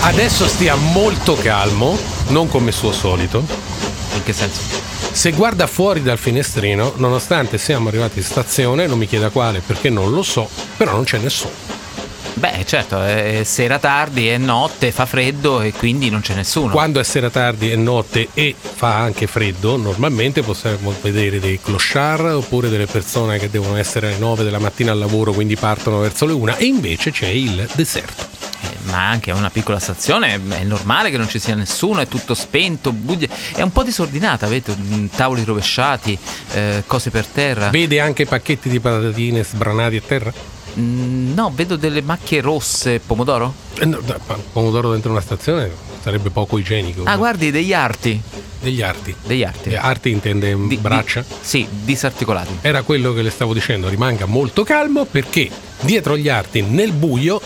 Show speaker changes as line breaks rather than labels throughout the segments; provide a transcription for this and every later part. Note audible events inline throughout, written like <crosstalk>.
Adesso stia molto calmo, non come suo solito.
In che senso?
Se guarda fuori dal finestrino, nonostante siamo arrivati in stazione, non mi chieda quale perché non lo so, però non c'è nessuno.
Beh, certo, è sera tardi, è notte, fa freddo e quindi non c'è nessuno.
Quando è sera tardi e notte e fa anche freddo, normalmente possiamo vedere dei clochard oppure delle persone che devono essere alle 9 della mattina al lavoro, quindi partono verso le 1 e invece c'è il deserto.
Eh, ma anche a una piccola stazione è normale che non ci sia nessuno, è tutto spento, bugie- è un po' disordinata, avete tavoli rovesciati, eh, cose per terra.
Vede anche pacchetti di patatine sbranati a terra?
Mm, No, vedo delle macchie rosse, pomodoro? Ah,
Eh, no, da- pa- pomodoro dentro una stazione sarebbe poco igienico.
Ah, guardi, degli arti.
Degli arti.
Degli arti.
Eh, Arti intende mm,
Di- di-
braccia?
sì, disarticolati.
Era quello che le stavo dicendo, rimanga molto calmo perché dietro gli arti, nel buio,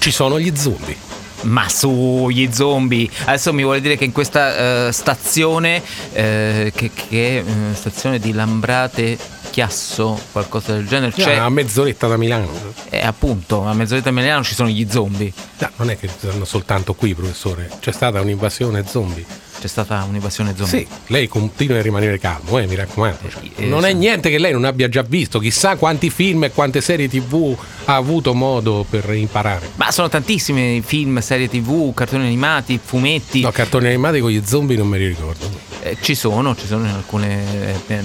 ci sono gli zombie.
Ma su, gli zombie! Adesso mi vuole dire che in questa eh, stazione, eh, che, che è eh, stazione di Lambrate, Chiasso, qualcosa del genere,
Cioè,
cioè,
a mezz'oretta da Milano.
eh, appunto, a mezz'oretta a Milano ci sono gli zombie.
No, non è che sono soltanto qui, professore. C'è stata un'invasione zombie.
C'è stata un'invasione zombie.
Sì, lei continua a rimanere calmo, eh, mi raccomando. cioè,
Eh,
non è
sì.
niente che lei non abbia già visto. Chissà quanti film e quante serie TV ha avuto modo per imparare.
Ma sono tantissimi film, serie tv, cartoni animati, fumetti.
No, cartoni animati con gli zombie non me li ricordo.
Eh, ci sono, ci sono in alcune, eh, ehm,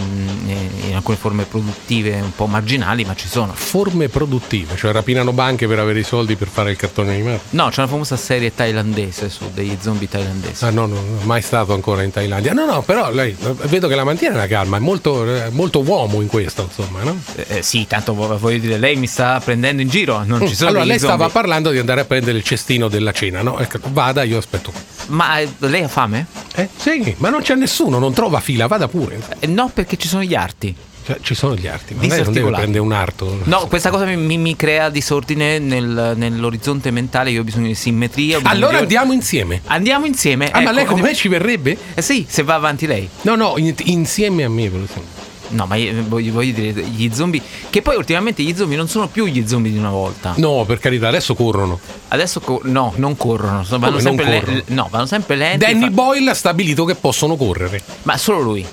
eh, in alcune forme produttive un po' marginali, ma ci sono.
Forme produttive, cioè rapinano banche per avere i soldi per fare il cartone animato.
No, c'è una famosa serie thailandese su degli zombie thailandesi.
Ah, no, no, no, mai stato ancora in Thailandia. No, no, però lei eh, vedo che la mantiene la calma, è molto, eh, molto uomo in questo, insomma, no?
Eh, eh, sì, tanto vo- voglio dire, lei mi sta prendendo in giro, non ci sono
allora,
degli
lei
zombie.
stava parlando di andare a prendere il cestino della cena, no? Ecco, vada, io aspetto. qui.
Ma eh, lei ha fame?
Eh, sì, ma non c'è nessuno, non trova fila, vada pure.
Eh, no, perché ci sono gli arti.
Cioè, ci sono gli arti, ma lei non deve
Disarticolati.
prendere un arto.
No, questa cosa mi, mi- mi crea disordine nel- nell'orizzonte mentale, io ho bisogno di simmetria. ho bisogno
Allora
di-
andiamo insieme.
Andiamo insieme.
Ah, ma
ecco,
lei con
andiamo-
me ci verrebbe?
Eh, sì, se va avanti lei.
No, no, in- insieme a me, per esempio.
No, ma io eh, voglio, voglio dire, gli zombie. Che poi ultimamente gli zombie non sono più gli zombie di una volta.
No, per carità, adesso corrono.
Adesso co- no, non corrono. so- Vanno
non
sempre, le-
corrono?
no, vanno sempre lenti.
Danny
Eh, fa-
Boyle ha stabilito che possono correre.
ma solo lui.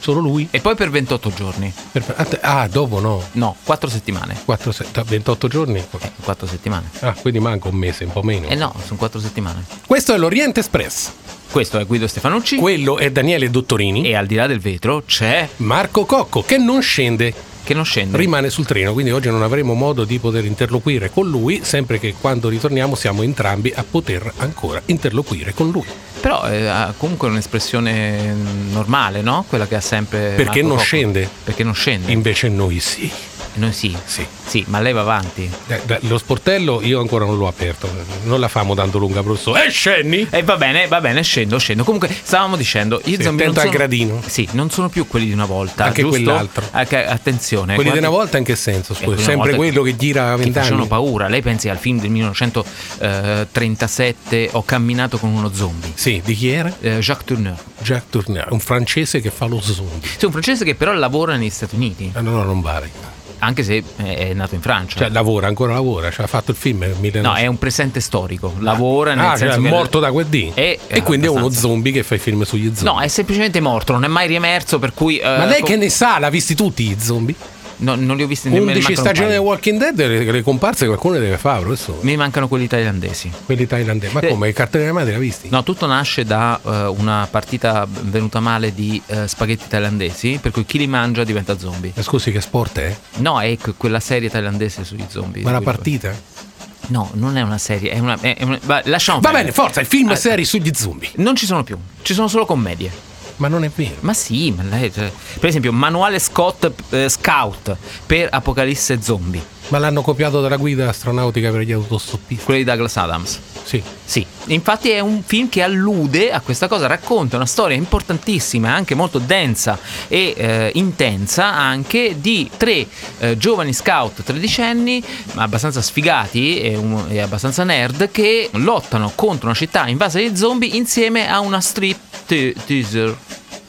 Solo lui?
E poi per 28 giorni.
Per- Ah, dopo no.
No, 4 settimane.
4, 7, 28 giorni?
4 settimane.
Ah, quindi manca un mese, un po' meno.
Eh no, sono 4 settimane.
Questo è l'Oriente Express.
Questo è Guido Stefanucci.
Quello è Daniele Dottorini.
e al di là del vetro c'è
Marco Cocco, che non scende,
che non scende.
rimane sul treno, quindi oggi non avremo modo di poter interloquire con lui, sempre che quando ritorniamo siamo entrambi a poter ancora interloquire con lui.
Però eh, ha comunque un'espressione mm, normale, no? Quella che ha sempre.
Perché
Marco
non
Cocco.
scende.
Perché non scende.
Invece noi sì.
E Noi sì.
Sì.
Sì, ma lei va avanti.
Eh, beh, Lo sportello io ancora non l'ho aperto, non la famo tanto lunga, Eh, professore. E scendi?
E va bene, va bene, scendo, scendo. Comunque, stavamo dicendo, gli
Sì,
zombie non
attento al
sono,
gradino.
Sì, non sono più quelli di una volta,
Anche
giusto?
quell'altro.
Anche- attenzione.
Quelli di
guardi-
una volta in che senso?
Eh, quelli
Scusa,
di una
sempre
volta
quello che gira
che facevano
vent'anni.
paura. Lei pensi al film del 1937 Ho camminato con uno zombie.
Sì, di chi era?
eh, Jacques Tourneur.
Jacques Tourneur, un francese che fa lo zombie.
Sì, un francese che però lavora negli Stati Uniti,
Ah, no, no, non vale.
anche se è nato in Francia.
Cioè, lavora, ancora lavora. Cioè, ha fatto il film nel 1900.
no, è un presente storico. Lavora nel
Ah, cioè,
senso
è
che
morto da quel dì.
Eh,
e quindi è uno
abbastanza.
zombie che fa i film sugli zombie.
No, è semplicemente morto, non è mai riemerso, per cui eh,
Ma lei
co-
che ne sa? L'ha visti tutti i zombie?
no, non li ho visti nemmeno
11
mancano
stagioni di
un paio.
Walking Dead, le, le comparse qualcuno deve fare, professore.
Mi mancano quelli thailandesi.
Quelli thailandesi. Ma
Eh.
come? I cartoni animati l'ha visti?
No, tutto nasce da eh, una partita venuta male di eh, spaghetti thailandesi, per cui chi li mangia diventa zombie.
Ma Eh, Scusi, che sport è?
No, è que- quella serie thailandese sugli zombie.
Ma
di
una
cui-
partita?
No, non è una serie, è una... È è una va- lasciamo
Va bene,
perdere.
forza, il film
Ah,
e serie sugli zombie.
Non ci sono più, ci sono solo commedie.
Ma non è vero.
Ma sì, ma lei, cioè, per esempio, manuale Scott eh, Scout per Apocalisse Zombie,
Ma l'hanno copiato dalla guida astronautica per gli autostoppisti.
quello di Douglas Adams.
Sì.
Sì, infatti è un film che allude a questa cosa, racconta una storia importantissima, anche molto densa e eh, intensa anche di tre eh, giovani scout tredicenni, ma abbastanza sfigati e, un- e abbastanza nerd, che lottano contro una città invasa di zombie insieme a una strip teaser.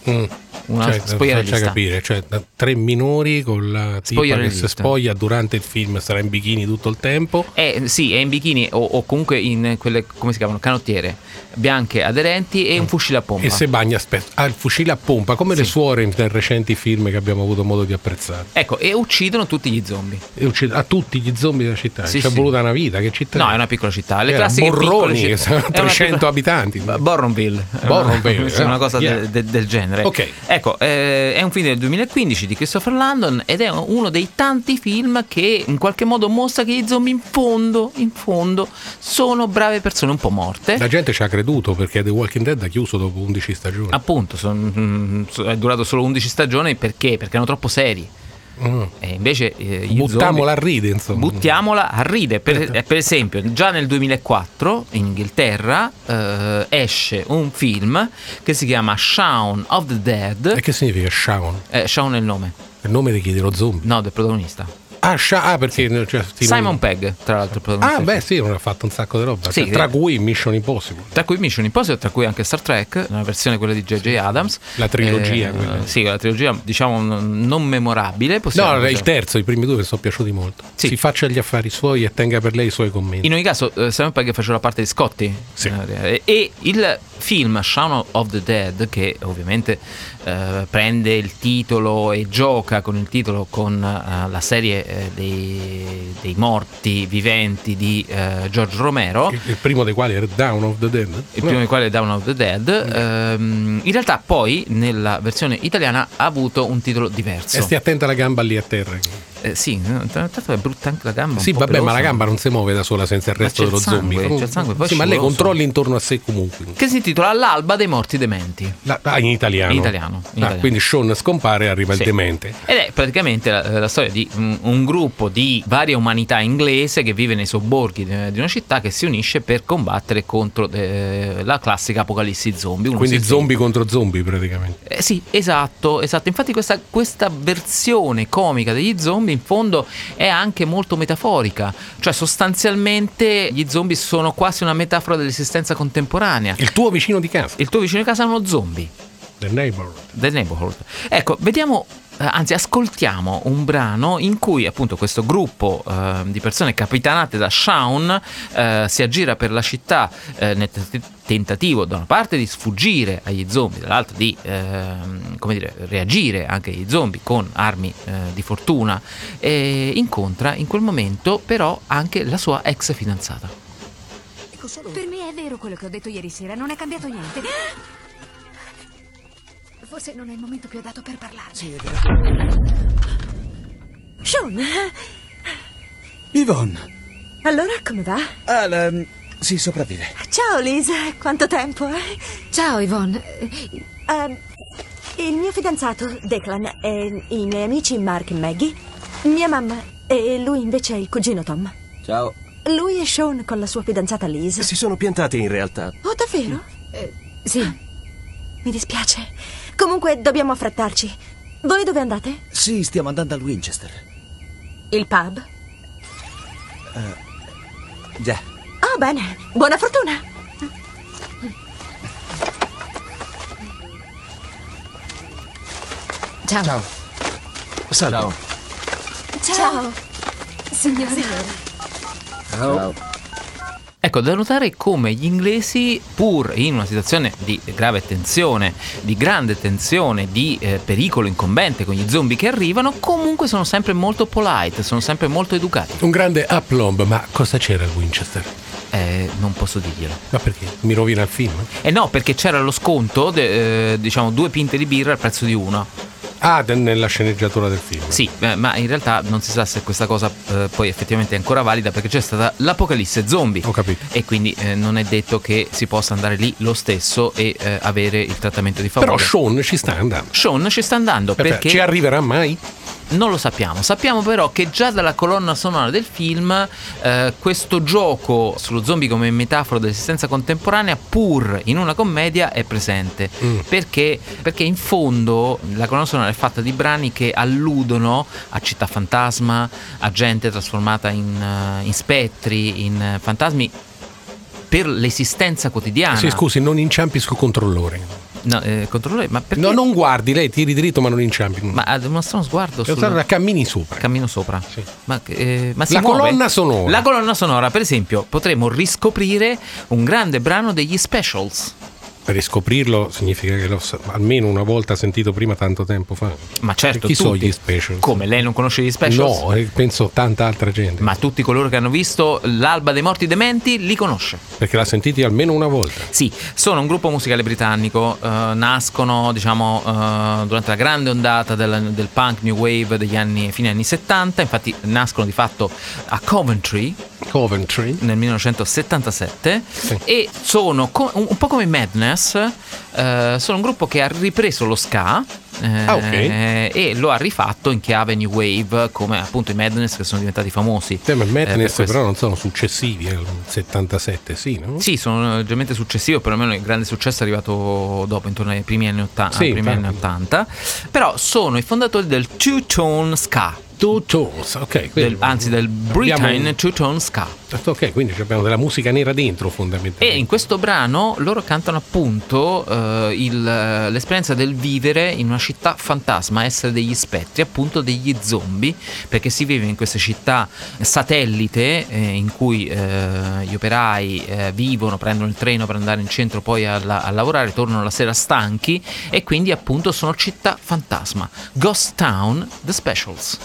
Mm.
una
Cioè,
spogliera
faccia capire, cioè, da- tre minori con la tipa che
Spogliarellista.
si spoglia durante il film, sarà in bikini tutto il tempo.
Eh, sì, è in bikini o, o comunque in quelle, come si chiamano, canottiere bianche aderenti e un fucile a pompa.
Mm. E se bagna aspetta, ha il fucile a pompa, come le
Sì.
suore in- nei recenti film che abbiamo avuto modo di apprezzare.
Ecco, e uccidono tutti gli zombie.
E uccide- a tutti gli zombie della città.
Sì,
Ci è
sì.
voluta una vita, che città.
No, è una piccola città. Le
Eh,
classiche piccole
Borroni,
città.
che sono
È una
300
piccola-
abitanti.
B- Borronville. È una-
Borronville,
<laughs> sì, una
eh,
cosa de-
yeah.
de- del genere.
Ok.
Ecco, eh, è un film del 2015 di Christopher Landon ed è uno dei tanti film che in qualche modo mostra che gli zombie in fondo, in fondo, sono brave persone un po' morte.
La gente ci ha creduto perché The Walking Dead ha chiuso dopo 11 stagioni.
Appunto, son- mm, so- è durato solo 11 stagioni perché? Perché erano troppo seri.
Mm.
E invece eh, gli
Buttiamola
zombie-
a ride, insomma.
Buttiamola a ride. Per, eh, per esempio, già nel 2004 in Inghilterra eh, esce un film che si chiama Shaun of the
E
Dead.
che significa Shaun?
Eh, Shaun è il nome,
Il nome di chi dello zombie?
no, del protagonista.
Ah, Sha- ah, perché cioè, sti-
Simon Pegg, tra l'altro, il protagonista.
Ah, beh, sì, non ha fatto un sacco di roba.
Sì,
cioè, tra
eh.
cui Mission Impossible.
Tra cui Mission Impossible, tra cui anche Star Trek, una versione quella di J.J. Adams.
La trilogia,
Eh,
quella.
sì, la trilogia diciamo n- non memorabile. possiamo
No,
dire.
il terzo, i primi due mi sono piaciuti molto.
Sì.
Si faccia gli affari suoi e tenga per lei i suoi commenti.
In ogni caso, eh, Simon Pegg faceva la parte di Scotti.
Sì.
Eh, e il film Shaun of the Dead, che ovviamente eh, prende il titolo e gioca con il titolo con eh, la serie eh, dei, dei morti viventi di eh, George Romero.
Il, il primo dei quali era Down of the Dead.
Il primo di quale è Down of the Dead.
Mm.
ehm, in realtà, poi nella versione italiana ha avuto un titolo diverso.
E Eh, stia attenta alla gamba lì a terra.
Eh, sì, no, tra l'altro è brutta anche la gamba. un
Sì,
po'
vabbè, ma
pelosa.
la gamba non si muove da sola senza il
Ma
resto
c'è il
dello
sangue,
zombie.
c'è il sangue, poi
sì, ma lei
scivoloso.
controlli intorno a sé comunque.
Che si intitola L'alba dei morti dementi.
La- ah, in italiano.
In italiano, in
Ah,
italiano.
quindi Sean scompare e arriva
Sì.
il demente.
Ed è praticamente la, la storia di un, un gruppo di varia umanità inglese che vive nei sobborghi di, di una città che si unisce per combattere contro eh, la classica apocalissi zombie. Uno
Quindi
si-
zombie contro zombie praticamente.
Eh, sì, esatto, esatto. Infatti questa, questa versione comica degli zombie in fondo è anche molto metaforica, cioè sostanzialmente gli zombie sono quasi una metafora dell'esistenza contemporanea.
Il tuo vicino di casa,
Il tuo vicino di casa è uno zombie.
The Neighborhood.
The Neighborhood. Ecco, vediamo, eh, anzi ascoltiamo un brano in cui appunto questo gruppo eh, di persone capitanate da Shaun eh, si aggira per la città eh, nel t- tentativo da una parte di sfuggire agli zombie, dall'altra di ehm, come dire, reagire anche agli zombie con armi eh, di fortuna e incontra in quel momento però anche la sua ex fidanzata.
Per me è vero quello che ho detto ieri sera, non è cambiato niente. Forse non è il momento più adatto per parlarne.
Sean,
Yvonne!
allora come va?
Ah, la- si sopravvive.
Ciao Lisa, quanto tempo, eh?
Ciao Yvonne, Eh,
Ehm, il mio fidanzato Declan e i miei amici Mark e Maggie, mia mamma e lui invece è il cugino Tom.
Ciao.
Lui è Sean con la sua fidanzata Lisa.
Si sono piantati in realtà.
Oh, davvero? Ah,
sì,
Mi dispiace. Comunque dobbiamo affrettarci. Voi dove andate?
Sì, stiamo andando al Winchester.
Il pub?
Già.
Oh, bene. Buona fortuna.
ciao.
Salve.
Ciao.
Signora.
Ciao.
Ecco, da notare come gli inglesi, pur in una situazione di grave tensione, di grande tensione, di eh, pericolo incombente con gli zombie che arrivano, comunque sono sempre molto polite, sono sempre molto educati.
Un grande aplomb, ma cosa c'era al Winchester?
Eh, non posso dirglielo.
Ma perché? Mi rovina il film?
Eh no, perché c'era lo sconto, de- eh, diciamo, due pinte di birra al prezzo di una.
Ah, de- nella sceneggiatura del film.
Sì, eh, ma in realtà non si sa se questa cosa eh, poi effettivamente è ancora valida perché c'è stata l'apocalisse zombie.
Ho capito.
E quindi eh, non è detto che si possa andare lì lo stesso e eh, avere il trattamento di favore.
Però Sean ci sta andando.
Sean ci sta andando
Aspetta,
perché
Ci arriverà mai?
non lo sappiamo. Sappiamo però che già dalla colonna sonora del film eh, questo gioco sullo zombie come metafora dell'esistenza contemporanea, pur in una commedia, è presente.
Mm.
Perché? Perché in fondo la colonna sonora è fatta di brani che alludono a città fantasma, a gente trasformata in, eh, in spettri, in eh, fantasmi per l'esistenza quotidiana.
Eh Sì, scusi, non inciampi sul controllore.
No, eh, controllore, ma perché?
No, non guardi, lei tiri dritto ma non inciampi.
Ma ha uno strano sguardo
Devo
sul...
stare da cammini sopra.
Cammino sopra. Ma, eh, ma si
La
muove?
colonna sonora.
La colonna sonora, per esempio, potremmo riscoprire un grande brano degli specials.
Per riscoprirlo significa che l'ho sa- almeno una volta sentito prima tanto tempo fa.
Ma certo,
Chi
tutti.
sono gli specials?
Come lei non conosce gli specials?
No, eh, penso tanta altra gente.
Ma tutti coloro che hanno visto l'alba dei morti dementi li conosce.
Perché l'ha sentito almeno una volta.
Sì, sono un gruppo musicale britannico, eh, nascono diciamo eh, durante la grande ondata del, del punk new wave degli anni, fine anni 70, infatti nascono di fatto a Coventry
Coventry.
nel 1977 e sono co- un, un po' come i Madness, eh, sono un gruppo che ha ripreso lo ska. eh,
Ah, ok.
E lo ha rifatto in chiave New Wave, come appunto i Madness che sono diventati famosi.
Tema e
eh, per
Madness
questo.
però non sono successivi al 77, sì, no?
Sì, sono leggermente successivo, perlomeno il grande successo è arrivato dopo, intorno ai primi anni 80.
Sì,
primi anni
infatti.
80. Però sono i fondatori del Two Tone Ska,
Two Tones, ok.
del-
quindi-
anzi del
abbiamo-
Britain Two Tone Ska.
Certo, Ok, quindi abbiamo della musica nera dentro
E in
fondamentalmente.
questo brano loro cantano appunto eh, il- l'esperienza del vivere in una città fantasma, essere degli spettri, appunto degli zombie, perché si vive in queste città satellite eh, in cui eh, gli operai eh, vivono, prendono il treno per andare in centro poi a, la- a lavorare, tornano la sera stanchi e quindi appunto sono città fantasma. Ghost Town, The Specials.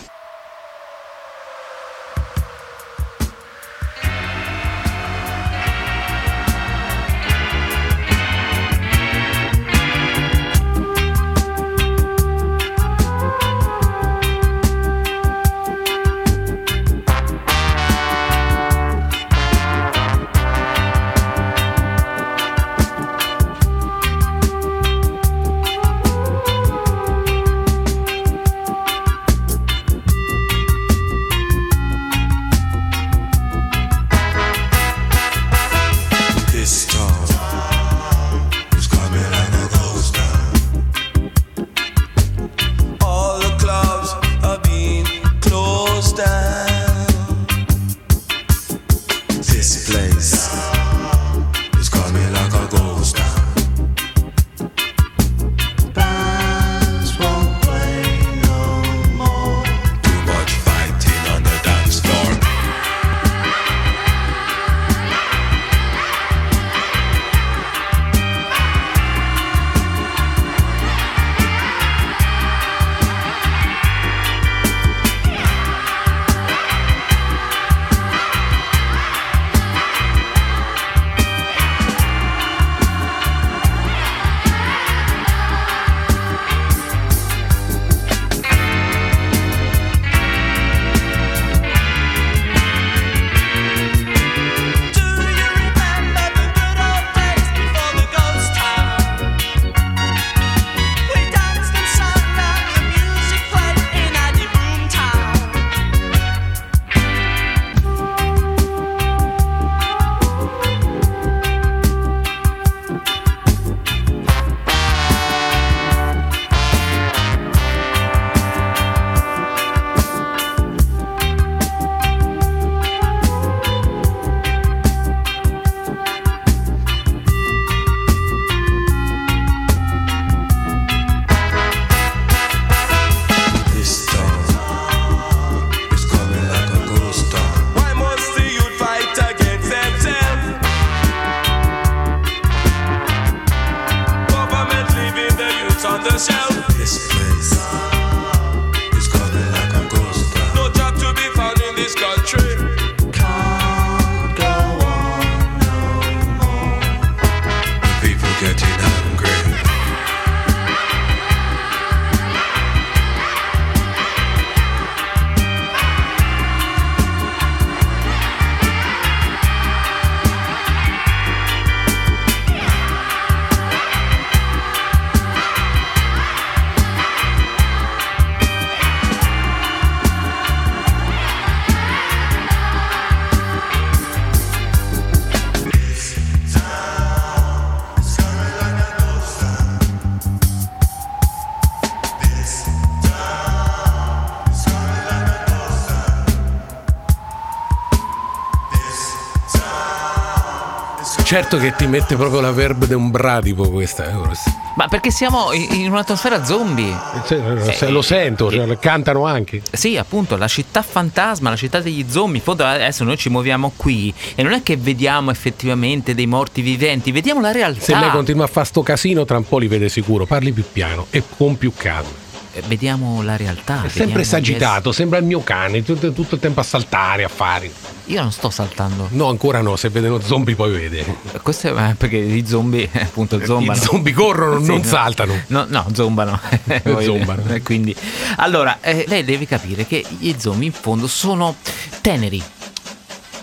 Certo che ti mette proprio la verba di un bradipo questa. eh, Orsi.
Ma perché siamo in in un'atmosfera zombie?
Cioè,
Eh,
lo sento, cioè, cantano anche.
Sì, appunto, la città fantasma, la città degli zombie. In fondo adesso noi ci muoviamo qui e non è che vediamo effettivamente dei morti viventi, vediamo la realtà.
Se lei continua a fare sto casino, tra un po' li vede sicuro. Parli più piano e con più calma.
Eh, Vediamo la realtà.
È sempre
vediamo-
esagitato, sembra il mio cane, tutto, tutto il tempo a saltare, a fare.
Io non sto saltando.
No, ancora no, se vede uno zombie poi vede.
Questo è eh, perché i zombie, eh, appunto, zombano.
I zombie corrono,
Sì,
non
no.
saltano.
No, no,
<laughs>
zombano. Voglio
Zombano.
dire, eh, Quindi, allora, eh, lei deve capire che gli zombie in fondo sono teneri.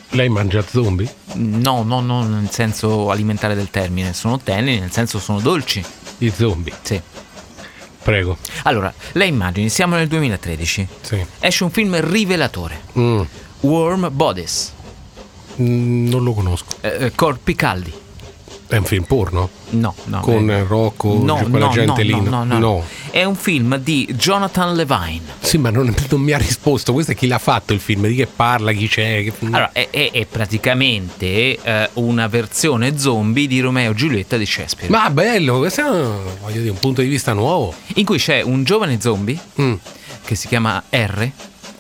Lei mangia zombie?
No, no, no, nel senso alimentare del termine. Sono teneri, nel senso sono dolci.
I zombie,
Sì.
prego.
Allora, lei immagini, siamo nel 2013.
Sì.
Esce un film rivelatore.
Mm,
Warm Bodies.
mm, non lo conosco.
Eh, eh, corpi caldi.
È un film porno?
No, no.
Con
eh,
Rocco,
no,
quella
no,
gente
no,
lì.
no, no, no. È un film di Jonathan Levine.
Sì, ma non, non mi ha risposto. Questo è chi l'ha fatto il film, di che parla, chi c'è. che-
Allora, è, è- è praticamente eh, una versione zombie di Romeo e Giulietta di Shakespeare.
Ma bello, questo è un- voglio dire, un punto di vista nuovo.
In cui c'è un giovane zombie
Mm,
che si chiama R.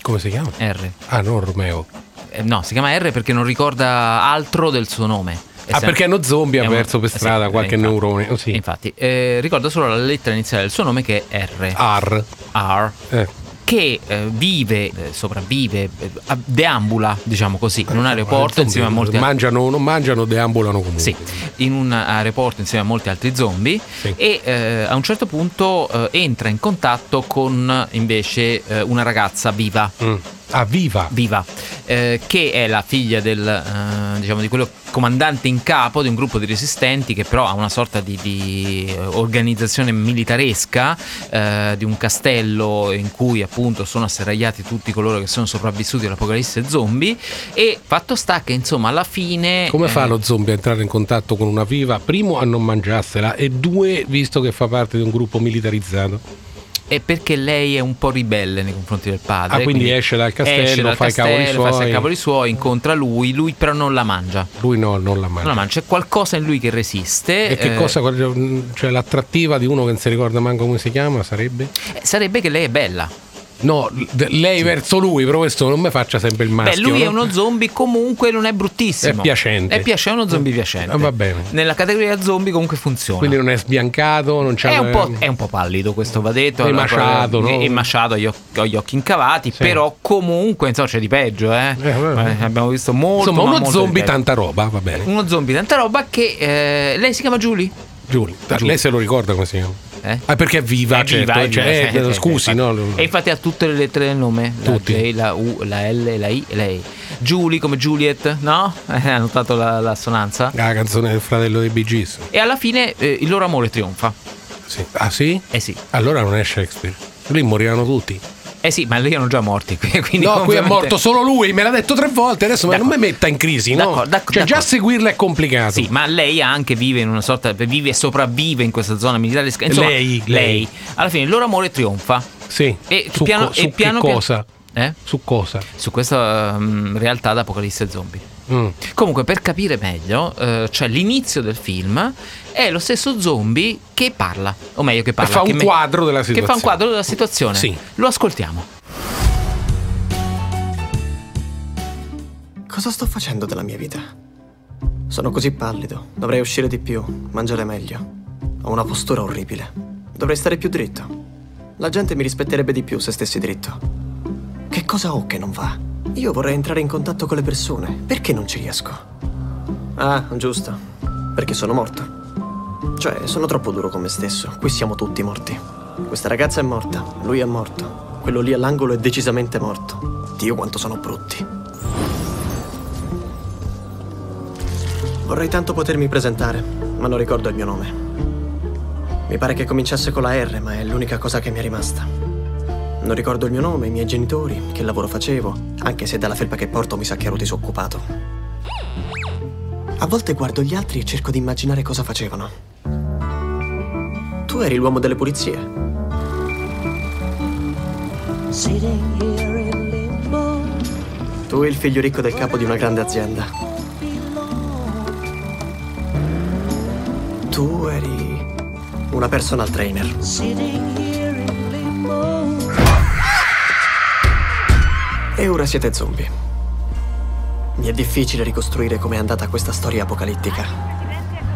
Come si chiama?
R.
Ah, non Romeo.
Eh, no, si chiama R perché non ricorda altro del suo nome. È
Ah,
sempre-
perché hanno zombie
è
ha
un-
perso per
sì,
strada
eh,
qualche
infatti.
neurone. oh, sì.
Infatti, eh, ricordo solo la lettera iniziale del suo nome che è R.
Ar.
R.
Eh,
Che eh, vive, eh, sopravvive, eh, a- deambula, diciamo così, in un aeroporto
Eh, zombie
insieme a molti altri.
Mangiano, non mangiano, deambulano comunque.
Sì, in un aeroporto insieme a molti altri zombie
Sì.
e eh, a un certo punto eh, entra in contatto con invece eh, una ragazza viva,
Mm. Ah, viva!
viva eh, che è la figlia del, eh, diciamo, di quello comandante in capo di un gruppo di resistenti che però ha una sorta di, di, eh, organizzazione militaresca eh, di un castello in cui appunto sono asserragliati tutti coloro che sono sopravvissuti all'apocalisse zombie e fatto sta che insomma alla fine...
Come fa
eh,
lo zombie a entrare in contatto con una viva? Primo, a non mangiarsela, e due, visto che fa parte di un gruppo militarizzato.
È perché lei è un po' ribelle nei confronti del padre.
Ah, quindi esce dal castello, fa i cavoli
fa i
suoi.
cavoli suoi, incontra lui, lui però non la mangia.
Lui no, non la
Non
mangia.
la mangia, c'è qualcosa in lui che resiste.
E che
eh,
cosa, cioè l'attrattiva di uno che non si ricorda manco come si chiama sarebbe?
eh, Sarebbe che lei è bella.
No, l- d- lei verso lui, però questo non mi faccia sempre il maschio.
Beh, lui è
no?
uno zombie, comunque non è bruttissimo.
È piacente.
È piace- è uno zombie piacente.
Ah, va bene.
Nella categoria zombie comunque funziona.
Quindi non è sbiancato, non c'ha
È un, po', è un po' pallido questo va detto
È
allora,
maciato,
poi-
no?
è maciato, ha gli oc- ha gli occhi incavati
Sì.
Però comunque insomma, c'è di peggio eh?
vabbè.
Eh, Abbiamo visto molto
Insomma,
ma
uno
molto di
zombie
peggio.
tanta roba, va bene.
uno zombie tanta roba che eh, lei si chiama Julie
Giulio, lei se lo ricorda come si chiama?
eh?
Ah, perché è viva,
È
certo.
viva, è
cioè,
viva,
eh,
sì, sì,
scusi,
infatti.
no?
E infatti ha tutte le lettere del nome: la
Tutti.
J, la U, la L, la I, la E. Julie come Juliet, no? <laughs> Eh, ha notato la, la assonanza.
La canzone del fratello dei Bee Gees.
E alla fine eh, il loro amore trionfa.
Sì. Ah sì?
Eh sì,
Allora non è Shakespeare. Lì moriranno tutti.
eh sì, ma lì erano già morti. <laughs> Quindi
no, qui è
ovviamente-
morto solo lui, me l'ha detto tre volte, adesso ma non mi
D'accordo.
metta in crisi, no?
D'accordo, d'accordo,
cioè, già
d'accordo.
seguirla è complicato.
Sì, ma lei anche vive in una sorta. vive e sopravvive in questa zona militare. Insomma,
Lei, lei.
lei. Alla fine il loro amore trionfa.
Sì.
E
su
piano,
co-
e
su
piano
che
piano-
cosa?
Eh?
Su cosa?
Su questa ehm, realtà d'apocalisse zombie.
Mm.
Comunque, per capire meglio, eh, cioè l'inizio del film è lo stesso zombie che parla, o meglio che parla.
fa
che
un quadro della
Che fa
situazione.
un quadro della situazione.
Sì.
Lo ascoltiamo.
Cosa sto facendo della mia vita? Sono così pallido, dovrei uscire di più, mangiare meglio. Ho una postura orribile. Dovrei stare più dritto. La gente mi rispetterebbe di più se stessi dritto. Che cosa ho che non va? Io vorrei entrare in contatto con le persone. Perché non ci riesco? Ah, giusto. Perché sono morto. Cioè, sono troppo duro con me stesso. Qui siamo tutti morti. Questa ragazza è morta, lui è morto. Quello lì all'angolo è decisamente morto. Dio quanto sono brutti. Vorrei tanto potermi presentare, ma non ricordo il mio nome. Mi pare che cominciasse con la R, ma è l'unica cosa che mi è rimasta. Non ricordo il mio nome, i miei genitori, che lavoro facevo, anche se dalla felpa che porto mi sa che ero disoccupato. A volte guardo gli altri e cerco di immaginare cosa facevano. Tu eri l'uomo delle pulizie.
Sitting here in limbo,
Tu il figlio ricco del capo di una grande azienda.
belong.
Tu eri una personal trainer.
sitting here in limbo.
E ora siete zombie. Mi è difficile ricostruire com'è andata questa storia apocalittica.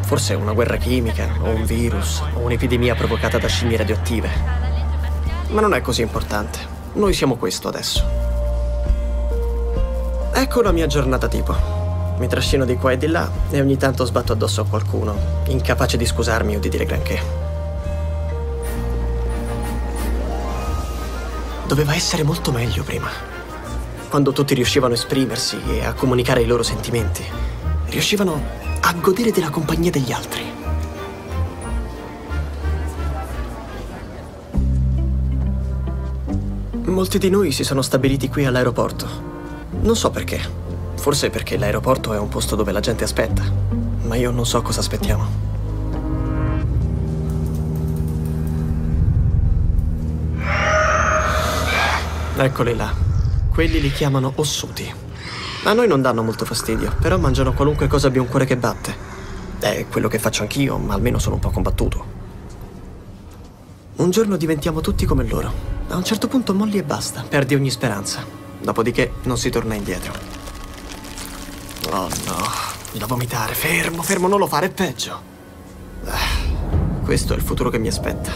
Forse una guerra chimica, o un virus, o un'epidemia provocata da scimmie radioattive. Ma non è così importante. Noi siamo questo adesso. Ecco la mia giornata tipo. Mi trascino di qua e di là e ogni tanto sbatto addosso a qualcuno, incapace di scusarmi o di dire granché. Doveva essere molto meglio prima quando tutti riuscivano a esprimersi e a comunicare i loro sentimenti, riuscivano a godere della compagnia degli altri. Molti di noi si sono stabiliti qui all'aeroporto. Non so perché. Forse perché l'aeroporto è un posto dove la gente aspetta. Ma io non so cosa aspettiamo. Eccoli là. Quelli li chiamano ossuti. A noi non danno molto fastidio, però mangiano qualunque cosa abbia un cuore che batte. È quello che faccio anch'io, ma almeno sono un po' combattuto. Un giorno diventiamo tutti come loro. A un certo punto molli e basta, perdi ogni speranza. Dopodiché non si torna indietro. Oh no, da vomitare, fermo, fermo, non lo fare, è peggio. Ah, Questo è il futuro che mi aspetta.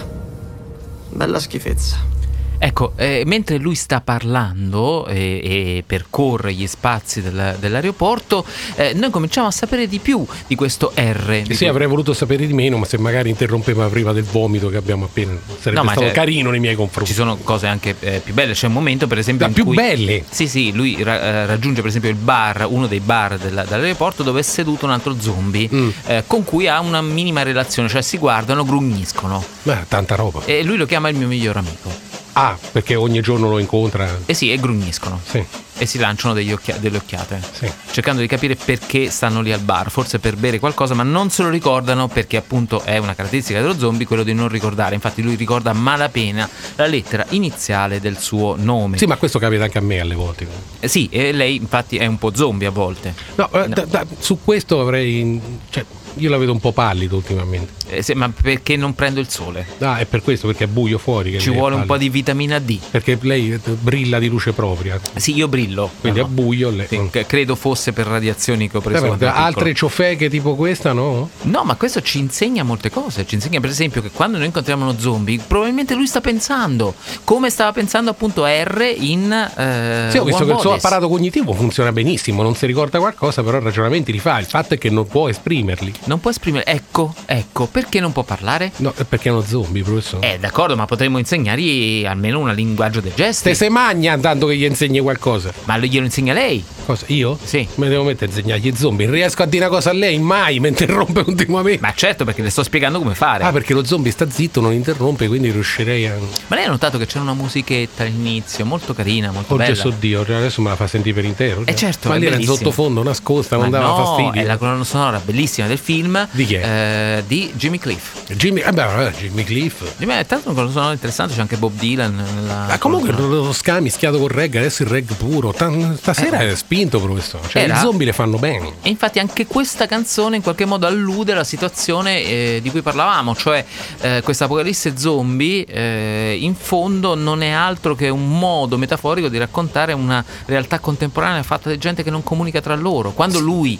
Bella schifezza.
Ecco, eh, mentre lui sta parlando e, e percorre gli spazi del- dell'aeroporto, eh, noi cominciamo a sapere di più di questo R.
Eh
di
sì,
que-
avrei voluto sapere di meno, ma se magari interrompeva prima del vomito che abbiamo appena. Sarebbe
No, ma
stato
cioè,
carino nei miei confronti.
Ci sono cose anche eh, più belle, c'è un momento per esempio...
Da
in
più
cui-
belle.
Sì, sì, lui ra- eh, raggiunge per esempio il bar, uno dei bar della- dell'aeroporto dove è seduto un altro zombie
Mm.
eh, con cui ha una minima relazione, cioè si guardano, grugniscono
Ma tanta roba.
e lui lo chiama il mio miglior amico.
Ah, perché ogni giorno lo incontra.
E sì, e grugniscono
Sì,
e si lanciano degli occhia- delle occhiate.
sì.
cercando di capire perché stanno lì al bar, forse per bere qualcosa, ma non se lo ricordano perché appunto è una caratteristica dello zombie quello di non ricordare. Infatti lui ricorda a malapena la lettera iniziale del suo nome.
Sì, ma questo capita anche a me alle volte.
Eh, sì, e lei infatti è un po' zombie a volte.
No, eh, da- da- su questo avrei. Cioè, io la vedo un po' pallida ultimamente.
Eh, se- ma perché non prendo il sole?
Ah, è per questo, perché è buio fuori. Che
Ci
lei è
vuole un po'
pallida.
di vitamina D.
Perché lei eh, brilla di luce propria.
Sì, io brillo.
Quindi
Ah,
a
no.
buio lei.
Sì, c- credo fosse per radiazioni che ho preso.
Eh, ma
quando ero
altre
piccolo.
ciofeche tipo questa, no?
No, ma questo ci insegna molte cose. Ci insegna, per esempio, che quando noi incontriamo uno zombie, probabilmente lui sta pensando come stava pensando appunto R in. Eh,
Sì, ho visto
One
che il suo
Bodies.
apparato cognitivo funziona benissimo, non si ricorda qualcosa, però i ragionamenti li fa. Il fatto è che non può esprimerli.
Non può esprimere. Ecco, ecco, perché non può parlare?
No, è perché è uno zombie, professore.
Eh, d'accordo, ma potremmo insegnargli almeno un linguaggio dei
Se
gesti.
se magna tanto che gli insegni qualcosa.
Ma glielo insegna lei.
Cosa? Io?
Sì.
Me devo mettere a insegnargli i zombie. Riesco a dire una cosa a lei? Mai, <laughs> mi interrompe continuamente.
Ma certo, perché le sto spiegando come fare.
Ah, perché lo zombie sta zitto, non interrompe, quindi riuscirei a.
Ma lei ha notato che c'era una musichetta all'inizio, molto carina, molto
Oh
bella.
Gesù Dio, adesso me la fa sentire per intero. cioè,
Eh, certo,
ma
è
lì era in
bellissimo.
sottofondo, nascosta, non
Ma
dava
no,
fastidio.
È la colonna sonora bellissima del film.
Di chi
Eh, di Jimmy Cliff.
Jimmy, eh beh, vabbè, Jimmy Cliff.
Di me, tanto una sono interessante, c'è anche Bob Dylan. Nella...
Ma Ah, comunque lo scami mischiato col reg, adesso il reg puro. Tan- stasera
Eh.
è spinto, professore. Cioè,
Era.
i zombie le fanno bene.
E infatti anche questa canzone in qualche modo allude alla situazione eh, di cui parlavamo, cioè eh, questa apocalisse zombie eh, in fondo non è altro che un modo metaforico di raccontare una realtà contemporanea fatta di gente che non comunica tra loro. Quando lui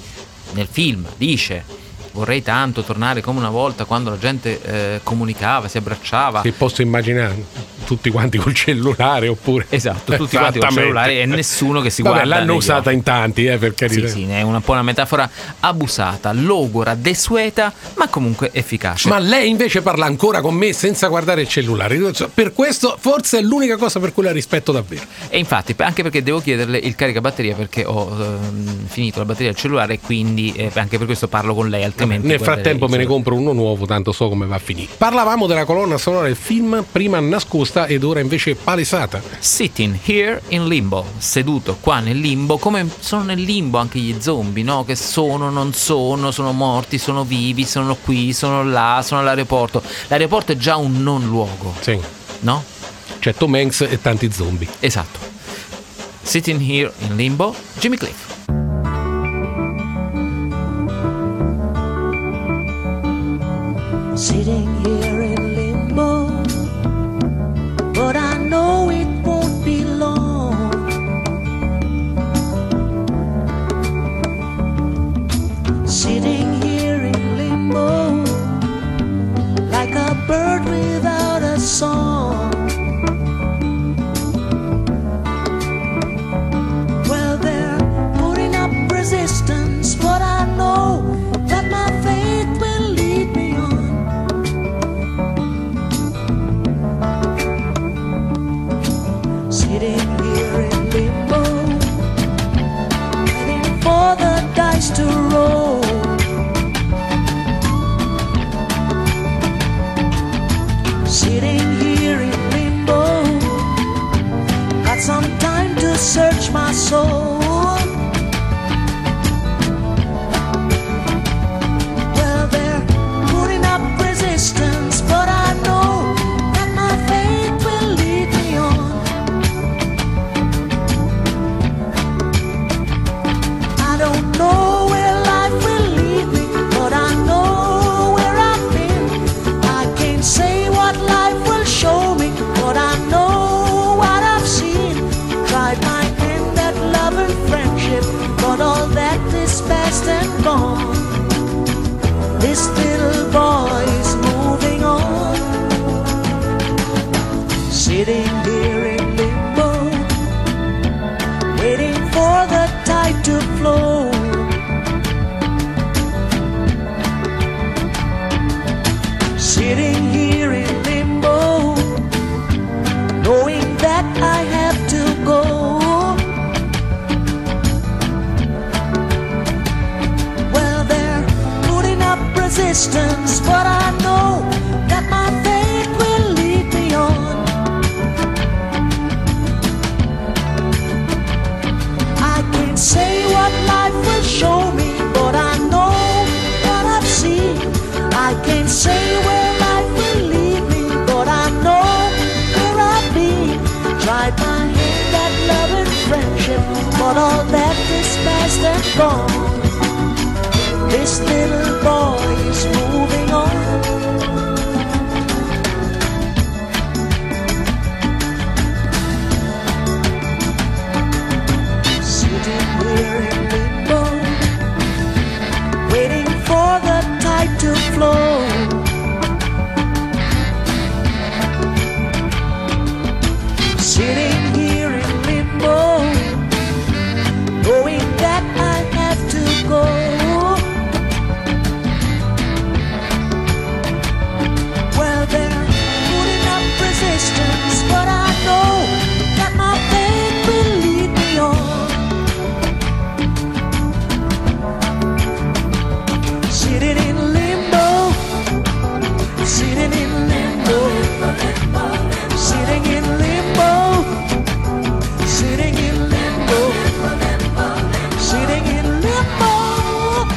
nel film dice vorrei tanto tornare come una volta quando la gente eh, comunicava, si abbracciava,
Che posso immaginare tutti quanti col cellulare oppure.
Esatto, tutti quanti col
Esattamente.
cellulare e nessuno che si
Vabbè,
guarda
L'hanno
negli
usata in tanti, eh, per carità.
Sì, sì, è una, po' una metafora abusata, logora, desueta, ma comunque efficace.
Ma lei invece parla ancora con me senza guardare il cellulare. Io so- Per questo, forse è l'unica cosa per cui la rispetto davvero.
E infatti, pe- anche perché devo chiederle il caricabatteria perché ho ehm, finito la batteria del cellulare e quindi eh, anche per questo parlo con lei, altrimenti
Nel
guarderei
frattempo
il
me ne
cellulare.
compro uno nuovo, tanto so come va a finire. Parlavamo della colonna sonora del film, prima nascosta ed ora invece palesata.
Sitting here in limbo, seduto qua nel limbo, come sono nel limbo anche gli zombie, no? Che sono, non sono, sono morti, sono vivi, sono qui, sono là, sono all'aeroporto. L'aeroporto è già un non luogo,
Sì,
no?
c'è Tom Hanks e tanti zombie.
Esatto. Sitting here in limbo, Jimmy Cliff.
sitting here in limbo. But I know it won't be long. Sitting here in limbo, like a bird without a song. Well, they're putting up resistance, but I know that my faith will lead me on. sitting here in limbo, waiting for the dice to roll. Sitting here in limbo, got some time to search my soul. Well, they're putting up resistance, but I know that my faith will lead me on. I don't know where life will lead me, but I know where I've been. I can't say what life will show me, but I know what I've seen. Tried my hand at love and friendship, but all that is past and gone. This little boy is moving on, sitting here in limbo waiting for the tide to flow. Sitting here in limbo, knowing that I have to go. Well, they're putting up resistance, but I know that my faith will lead me on. I can't say what life will show me, but I know what I've seen. I can't say where life will lead me, but I know where I've been. Tried my hand at love and friendship, but all that is past and gone. This little boy is moving on. Sitting here in limbo, waiting for the tide to flow. Sitting here in limbo, knowing that I have to go. Well, they're putting up resistance, but I know that my faith will lead me on. sitting in limbo, sitting in limbo, sitting in limbo, sitting in limbo, sitting in limbo,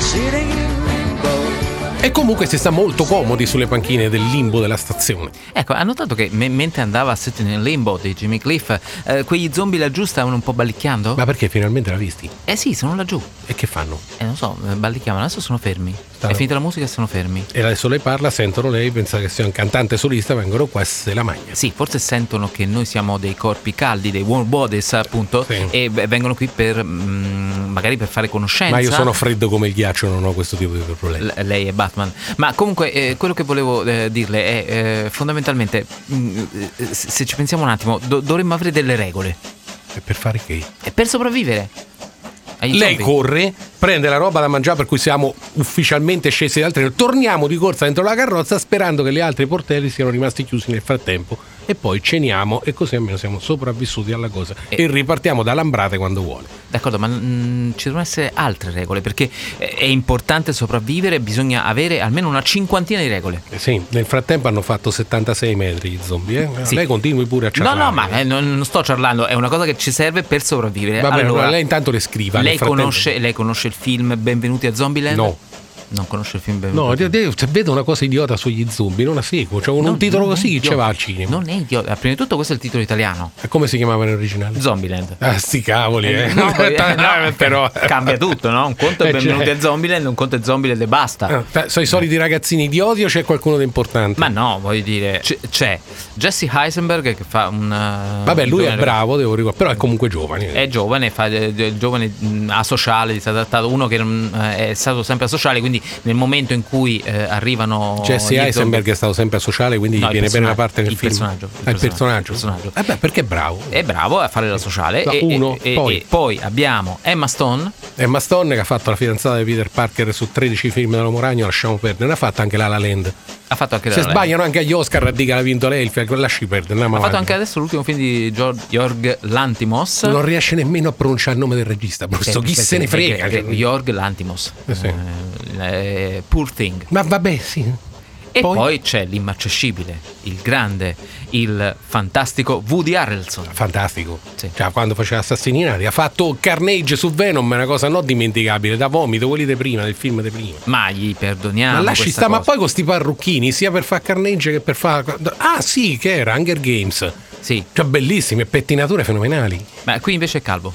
sitting in limbo.
E comunque si sta molto comodi sulle panchine del limbo della stazione.
Ecco, ha notato che me- mentre andava a Sitting in Limbo di Jimmy Cliff, eh, quegli zombie laggiù stavano un po' ballicchiando?
Ma perché finalmente la visti?
Eh sì, sono laggiù.
E che fanno?
Eh non so, eh, ballicchiavano, adesso sono fermi.
Stanno-
È finita la musica e sono fermi.
E adesso lei parla, sentono lei, pensano che sia un cantante solista, vengono qua e se la magna.
Sì, forse sentono che noi siamo dei corpi caldi, dei warm bodies appunto,
Sì.
e v- vengono qui per mm, magari per fare conoscenza.
Ma io sono freddo come il ghiaccio, non ho questo tipo di problemi.
L- lei è Batman. Ma comunque eh, quello che volevo eh, dirle è eh, fondamentalmente, mm, eh, se se ci pensiamo un attimo, do- dovremmo avere delle regole.
E per fare che?
È per sopravvivere. Agli
Lei
zombie.
corre, prende la roba da mangiare per cui siamo ufficialmente scesi dal treno, torniamo di corsa dentro la carrozza sperando che gli altri portelli siano rimasti chiusi nel frattempo e poi ceniamo e così almeno siamo sopravvissuti alla cosa e,
E-
ripartiamo da Lambrate quando vuole.
D'accordo, ma mm, ci devono essere altre regole perché eh, è importante sopravvivere, bisogna avere almeno una cinquantina di regole.
Eh Sì, nel frattempo hanno fatto 76 metri i zombie, eh?
Sì.
lei continui pure a
No,
cercare.
no, ma eh, non, non sto ciarlando, è una cosa che ci serve per sopravvivere.
Va bene,
allora,
allora lei intanto le scriva. nel
lei
frattempo-
conosce, lei conosce il film Benvenuti a Zombieland?
No.
Non conosce il film
No,
Benvenuto.
io- io- se vedo una cosa idiota sugli zombie, non la seguo. Cioè, con un
Non-
titolo
non è
così ce
idiota.
va al cinema.
Non è idiota. Prima di tutto questo è il titolo italiano.
E Come si chiamava in originale?
Zombieland.
Ah, sti cavoli, eh. <laughs>
<laughs> No, poi- eh, no,
però.
Cambia tutto, no? Un conto è
Eh,
Benvenuti
cioè-
a Zombieland, un conto è Zombieland e basta.
Ah, beh, sono i soliti ragazzini idioti o c'è qualcuno di importante?
Ma no, voglio dire, c- c'è Jesse Heisenberg che fa un. eh,
Vabbè, lui è
giovane-
bravo, devo ricordare, però è comunque giovane.
È giovane, fa eh, il giovane mh, asociale, disadattato, uno che non, eh, è stato sempre asociale, quindi nel momento in cui eh, arrivano. gli
Jesse
zombie-
Cioè, Heisenberg è stato sempre a sociale, quindi
No,
gli
il
viene bene
personaggio,
la parte nel
il
film.
personaggio, il
Ah, il personaggio.
personaggio, il personaggio.
Eh beh, perché è bravo.
È bravo a fare la sociale.
No,
e,
uno,
e- e-
poi.
e poi abbiamo Emma Stone.
Emma Stone che ha fatto la fidanzata di Peter Parker su 13 film dell'Uomo Ragno, lasciamo perdere, ne ha fatta anche la La Land.
Ha fatto anche
Se
la-
sbagliano anche agli Oscar, a dica l'ha vinto lei, il film, lasci perdere. andiamo
Ha fatto
avanti.
anche adesso l'ultimo film di Gior- Jorg Lantimos.
Non riesce nemmeno a pronunciare il nome del regista, questo chi se ne frega.
Che-
cioè.
che- Jorg Lantimos.
Eh sì.
Eh, eh, Poor Thing.
Ma vabbè, sì.
E
Poi?
poi, c'è l'immarcescibile, il grande, il fantastico Woody Harrelson.
Fantastico.
Sì.
Cioè, quando faceva Assassinina ha fatto Carnage su Venom, è una cosa non dimenticabile, da vomito, quelli di prima, del film di prima.
Ma gli perdoniamo.
Ma lasci
questa
sta, ma
cosa.
poi con sti parrucchini, sia per far Carnage che per far. Ah, sì, che era Hunger Games.
Sì,
Cioè, bellissime, pettinature fenomenali.
ma qui invece è calvo.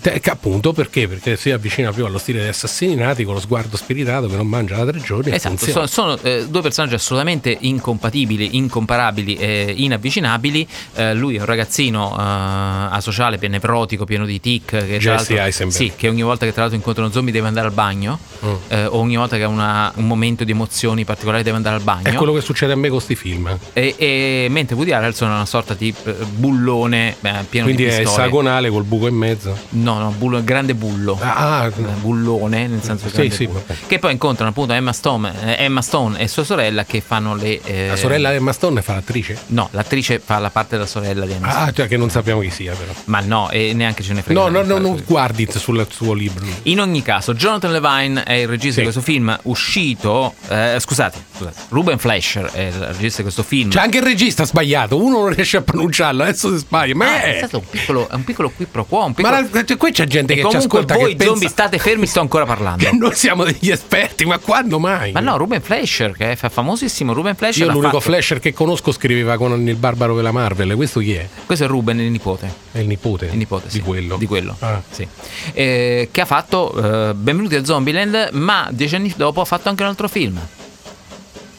Te- che Appunto perché? Perché si avvicina più allo stile di assassinati con lo sguardo spiritato che non mangia da tre giorni. e
Esatto,
funziona.
sono, sono, eh, due personaggi assolutamente incompatibili, incomparabili e inavvicinabili. Eh, lui è un ragazzino eh, asociale, nevrotico, pieno di tic. Che, tra
Jesse
l'altro-
Eisenberg.
Sì, che ogni volta che tra l'altro incontra uno zombie deve andare al bagno.
Mm.
eh, o ogni volta che ha una- un momento di emozioni particolari deve andare al bagno.
È quello che succede a me con sti film. eh.
E, e- mentre Woody Harrelson è una sorta di eh, bullone eh, pieno
Quindi
di
è
pistole.
esagonale col buco in mezzo.
No, no, bullo- grande bullo.
Ah, ah,
Eh, Bullone, nel senso
Sì,
grande
sì,
bullo.
vabbè.
che poi incontrano appunto Emma Stone, eh, Emma Stone e sua sorella che fanno le. eh,
la sorella di Emma Stone fa l'attrice?
No, l'attrice fa la parte della sorella di Emma Stone.
Ah, cioè che non sappiamo chi sia, però.
Ma no, e neanche ce ne frega.
No, no,
niente.
no, non guardi sul suo libro.
In ogni caso, Jonathan Levine è il regista
Sì.
di questo film uscito. eh, scusate, scusate, Ruben Fleischer è il regista di questo film.
C'è anche il regista sbagliato, uno non riesce a pronunciarlo, adesso si sbaglia. Ma,
Ah,
è-
è stato un piccolo, è un piccolo qui pro quo. Un
ma
piccolo...
la- cioè, qui c'è gente
E
che ci
comunque
ascolta
voi
che pensa
zombie state fermi, sto ancora parlando.
che noi siamo degli esperti, ma quando mai?
Ma no, Ruben Fleischer, che è fa- famosissimo. Ruben Fleischer
Io
ha
l'unico
fatto-
flasher che conosco scriveva con il barbaro della Marvel, questo chi è?
Questo è Ruben, il nipote.
È il nipote,
Il nipote,
di
sì,
quello.
Di quello,
Ah.
sì. Eh, che ha fatto eh, Benvenuti a Zombieland, ma dieci anni dopo ha fatto anche un altro film.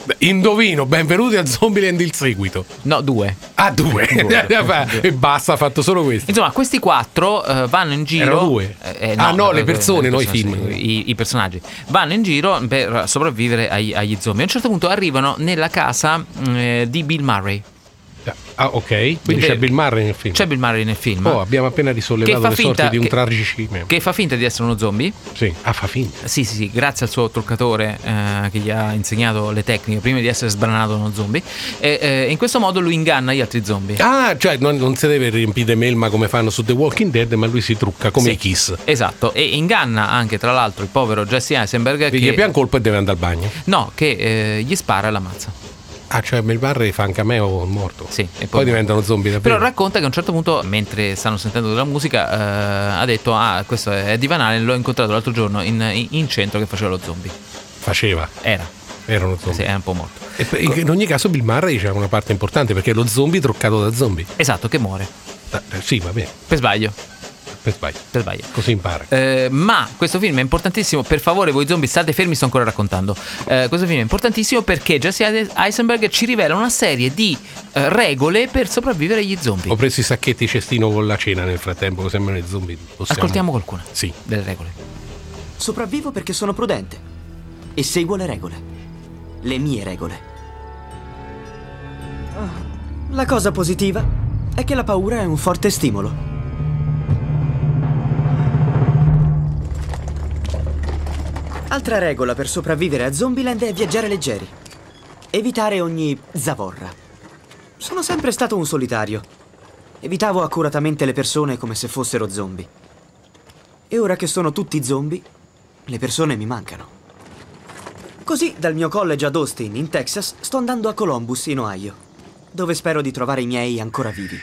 Beh, Indovino, benvenuti a Zombieland il seguito.
No, due.
Ah, due. <laughs>
Due.
e basta, ha fatto solo questo.
Insomma, questi quattro eh, vanno in giro. Eh,
Erano due? Ah, no, le persone, no, i
personaggi,
film.
I, i personaggi vanno in giro per sopravvivere agli, agli zombie. A un certo punto arrivano nella casa mm, eh, di Bill Murray.
Ah, ok. Quindi c'è
Vede-
Bill Murray nel film.
C'è Bill Murray nel film.
Oh, abbiamo appena risollevato le sorti di un
che-
tragicime.
che fa finta di essere uno zombie.
Sì. Ah, fa finta.
Sì, sì, sì, grazie al suo truccatore eh, che gli ha insegnato le tecniche prima di essere sbranato da uno zombie. E, eh, in questo modo lui inganna gli altri zombie.
Ah, cioè non, non si deve riempire melma come fanno su The Walking Dead, ma lui si trucca come
Sì.
i Kiss.
Esatto, e inganna anche tra l'altro il povero Jesse Eisenberg
Gli
che,
pian colpo e deve andare al bagno.
no, che eh, gli spara e l'ammazza.
Ah, cioè Bill Murray fa un cameo morto.
Sì, e
poi,
poi-
diventano zombie
Però
davvero.
racconta che a un certo punto, mentre stanno sentendo della musica, eh, ha detto: Ah, questo è di Van Halen, l'ho incontrato l'altro giorno in, in- in centro che faceva lo zombie.
Faceva,
Era,
erano
sì, eh.
zombie.
era un po' morto.
E per- in ogni caso Bill Murray c'è una parte importante perché è lo zombie truccato da zombie.
Esatto, che muore.
Ah, eh, Sì, va bene,
Per sbaglio,
per sbaglio.
per sbaglio.
Così impara.
Eh, ma questo film è importantissimo, per favore voi zombie state fermi, sto ancora raccontando. Eh, questo film è importantissimo perché Jesse Eisen- Eisenberg ci rivela una serie di eh, regole per sopravvivere agli zombie.
Ho preso i sacchetti cestino con la cena nel frattempo, così sembrano i zombie. possiamo-
Ascoltiamo qualcuna
Sì.
delle regole.
Sopravvivo perché sono prudente e seguo le regole. Le mie regole. Ah, La cosa positiva è che la paura è un forte stimolo. Altra regola per sopravvivere a Zombieland è viaggiare leggeri. Evitare ogni zavorra. Sono sempre stato un solitario. Evitavo accuratamente le persone come se fossero zombie. E ora che sono tutti zombie, le persone mi mancano. Così dal mio college ad Austin, in Texas, sto andando a Columbus, in Ohio, dove spero di trovare i miei ancora vivi.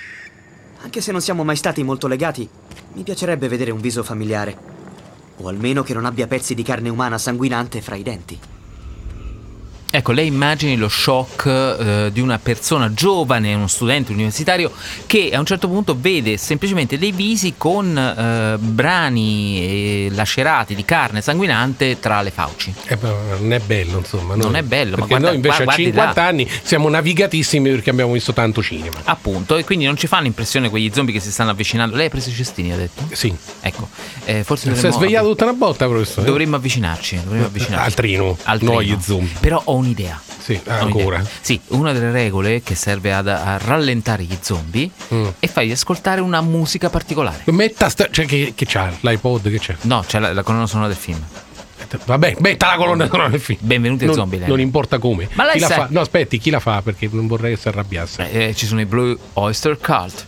Anche se non siamo mai stati molto legati, mi piacerebbe vedere un viso familiare. O almeno che non abbia pezzi di carne umana sanguinante fra i denti.
Ecco, lei immagini lo shock eh, di una persona giovane, uno studente universitario, che a un certo punto vede semplicemente dei visi con eh, brani eh, lacerati di carne sanguinante tra le fauci.
Eh, ma non è bello, insomma.
Non
noi-
è bello, ma
Perché
guarda-
noi invece
gua-
a
guardi
50
là.
anni siamo navigatissimi perché abbiamo visto tanto cinema.
Appunto, e quindi non ci fanno impressione quegli zombie che si stanno avvicinando. Lei ha preso i cestini, ha detto?
Sì.
Ecco, eh, forse
Si è
dovremmo,
svegliato tutta una botta, professore.
dovremmo avvicinarci. Dovremmo avvicinarci.
Al trino,
trino.
no agli zombie.
Però ho un'idea.
Sì, ah,
Ho un'idea.
ancora.
Sì, una delle regole che serve ad- a rallentare gli zombie
Mm.
è fargli ascoltare una musica particolare.
Metta sta- cioè, che, che c'ha? L'iPod che c'è?
No, c'è la, la colonna sonora del film.
Vabbè, metta la colonna sonora del film.
Benvenuti ai
non,
zombie, lei.
Non importa come.
Ma lei
Chi la
sa-
fa? No, aspetti, chi la fa? Perché non vorrei che si arrabbiasse.
Eh, eh, ci sono i Blue Oyster Cult.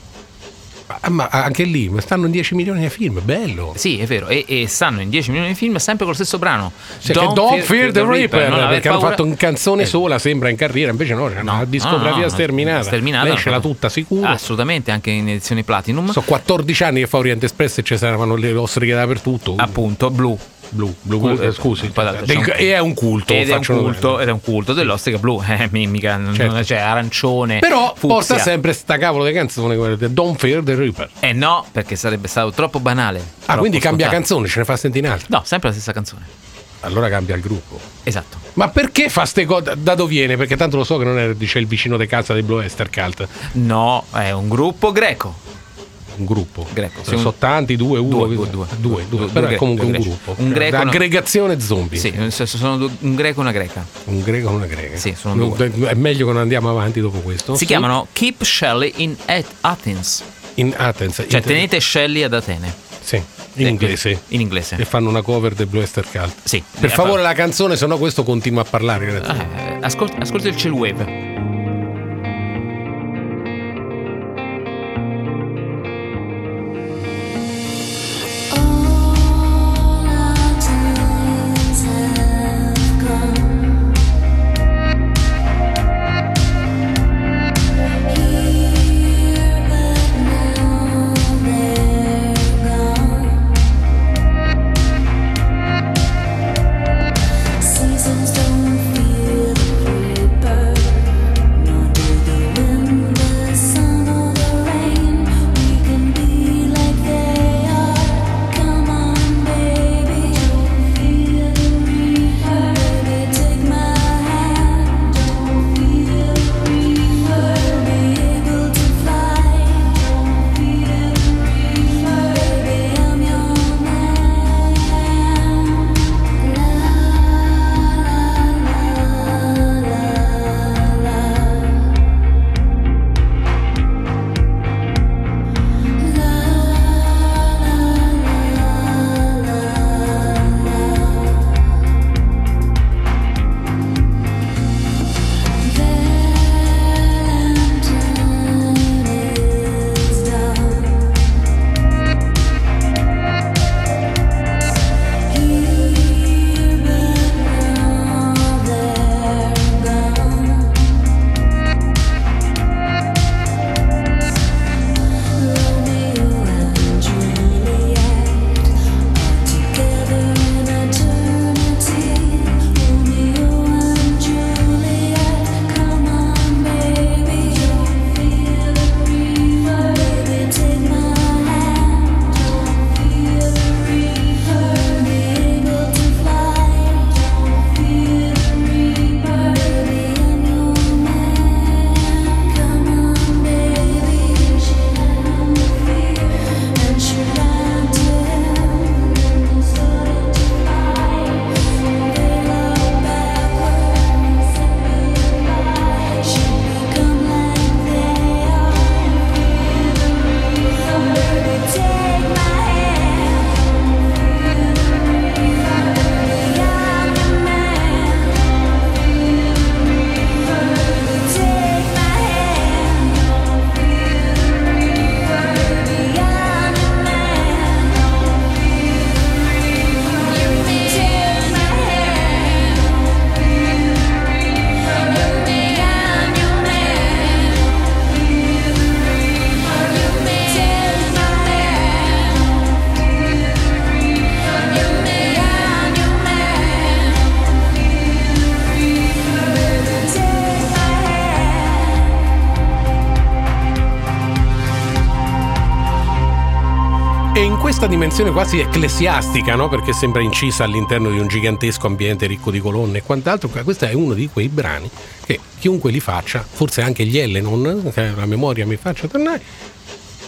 Ah, ma anche lì, ma stanno 10 milioni di film, bello.
Sì, è vero. E, e stanno in 10 milioni di film sempre col stesso brano.
Cioè, che Don't Fear, the, Reaper,
non aver
perché hanno
paura.
fatto una canzone
Eh,
sola, sembra in carriera, invece no, c'è una
no, no,
discografia
no, no,
sterminata.
sterminata. Ah,
Lei ce l'ha tutta sicuro.
Assolutamente, anche in edizione Platinum.
Sono 14 anni che fa Oriente Express e ci saranno le ostriche dappertutto.
appunto, blu.
blu, blu,
Ah, Culto.
eh, scusi.
Poi l'altro
Del-
c'è un-
e è un culto.
Ed è un
faccio notare.
culto, ed è un culto dell'ostrica blu, <laughs> eh, mi- mica, non-
Certo.
non- cioè arancione.
Però
fucsia.
porta sempre sta cavolo di canzone, guardate, Don't Fear the Reaper.
Eh no, perché sarebbe stato troppo banale.
Ah,
troppo
quindi cambia
scontato.
canzone, ce ne fa sentire un'altra.
No, sempre la stessa canzone.
Allora cambia il gruppo.
Esatto.
Ma perché fa ste cose? Da dove viene? Perché tanto lo so che non è dice il vicino di casa dei Blue Ester Cult.
No, è un gruppo greco.
Un gruppo.
Greco, sì,
Sono
un-
so tanti, due, uno.
Due, due, due.
due,
Due,
Però
due
è comunque un
greci, due greci.
gruppo.
Un greco, no.
Aggregazione zombie.
Sì, nel senso, sono due- un greco e una greca.
Un greco e una greca.
Sì, sono
No,
due.
È meglio che non andiamo avanti dopo questo.
Si
Sì.
chiamano Keep Shelley in At- Athens.
In Athens.
Cioè,
in-
tenete Shelley ad Atene.
Sì, in
Eh,
inglese.
In inglese.
E fanno una cover del Blue Ester Cult.
Sì.
Per favore la canzone, sennò questo continua a parlare. ragazzi.
Eh, ascol- ascolta il chill wave.
Seasons don't feel the paper.
questa dimensione quasi ecclesiastica, no? perché sembra incisa all'interno di un gigantesco ambiente ricco di colonne e quant'altro, questo è uno di quei brani che chiunque li faccia, forse anche gli Ellenon, se la memoria mi faccia tornare,